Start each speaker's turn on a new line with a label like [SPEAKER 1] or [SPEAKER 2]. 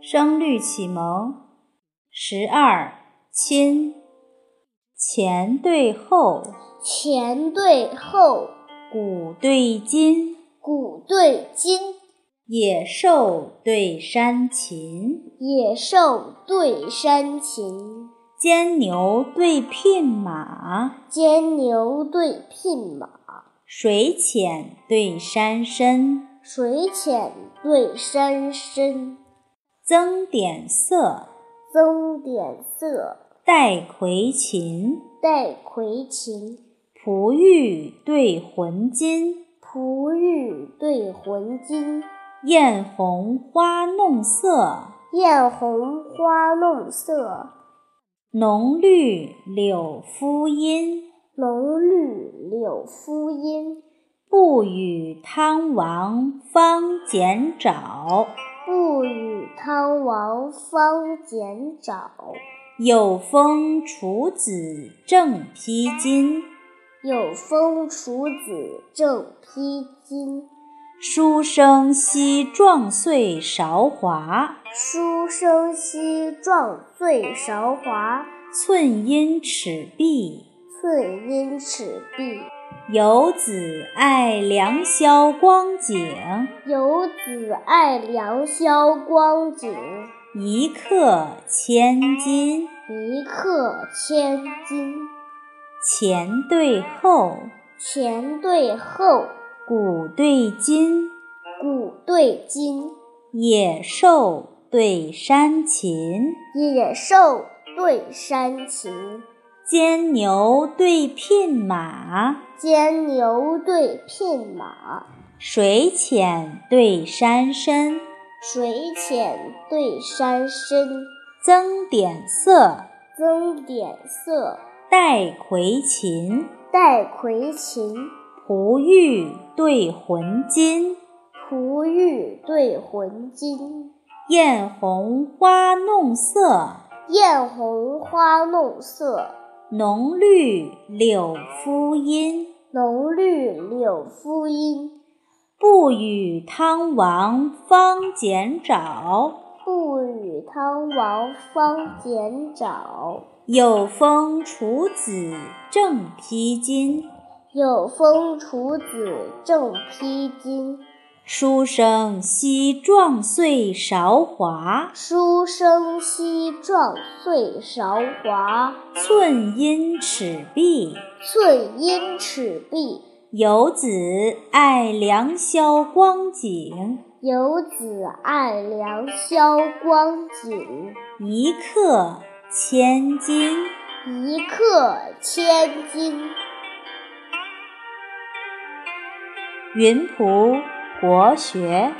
[SPEAKER 1] 声律启蒙十二亲，前对后，
[SPEAKER 2] 前对后，
[SPEAKER 1] 古对今，
[SPEAKER 2] 古对今，
[SPEAKER 1] 野兽对山禽，
[SPEAKER 2] 野兽对山禽，
[SPEAKER 1] 奸牛对聘马，
[SPEAKER 2] 奸牛对聘马，
[SPEAKER 1] 水浅对山深，
[SPEAKER 2] 水浅对山深，
[SPEAKER 1] 增点色，
[SPEAKER 2] 增点色，
[SPEAKER 1] 带葵芹，
[SPEAKER 2] 带葵芹，
[SPEAKER 1] 璞玉对浑金，
[SPEAKER 2] 璞玉对浑金，
[SPEAKER 1] 艳红花弄色，
[SPEAKER 2] 艳红花弄色，
[SPEAKER 1] 浓绿柳敷阴，
[SPEAKER 2] 浓绿柳敷阴，
[SPEAKER 1] 不与汤王方剪爪，
[SPEAKER 2] 不与汤王方剪爪。
[SPEAKER 1] 有风楚子正披巾，
[SPEAKER 2] 有风楚子正披巾，
[SPEAKER 1] 书生西撞碎韶华。
[SPEAKER 2] 书生兮撞醉韶华。
[SPEAKER 1] 寸阴尺璧，
[SPEAKER 2] 寸阴尺璧，
[SPEAKER 1] 游子爱良宵光景，
[SPEAKER 2] 游子爱良宵光景。
[SPEAKER 1] 一刻千金。
[SPEAKER 2] 一刻千金，
[SPEAKER 1] 前对后，
[SPEAKER 2] 前对后，
[SPEAKER 1] 古对今，
[SPEAKER 2] 古对今，
[SPEAKER 1] 野兽对山禽，
[SPEAKER 2] 野兽对山禽，
[SPEAKER 1] 奸牛对聘马，
[SPEAKER 2] 奸牛对聘马，
[SPEAKER 1] 水浅对山深，
[SPEAKER 2] 水浅对山深，
[SPEAKER 1] 增点色，
[SPEAKER 2] 增点色，
[SPEAKER 1] 带葵芹，
[SPEAKER 2] 带葵芹，
[SPEAKER 1] 璞玉对浑金，
[SPEAKER 2] 璞玉对浑金，
[SPEAKER 1] 艳红花弄色，
[SPEAKER 2] 艳红花弄色，
[SPEAKER 1] 浓绿柳敷阴。
[SPEAKER 2] 浓绿柳敷阴，
[SPEAKER 1] 不与汤王方剪爪，
[SPEAKER 2] 不与汤王方剪爪。
[SPEAKER 1] 有风楚子正披巾。
[SPEAKER 2] 有风楚子正披巾，
[SPEAKER 1] 书生西撞碎韶华，
[SPEAKER 2] 书生兮撞碎韶华。
[SPEAKER 1] 寸阴尺璧。
[SPEAKER 2] 寸阴尺璧，
[SPEAKER 1] 游子爱良宵光景，
[SPEAKER 2] 游子爱良宵光景。
[SPEAKER 1] 一刻千金。
[SPEAKER 2] 一刻千金。
[SPEAKER 1] 云浦国学。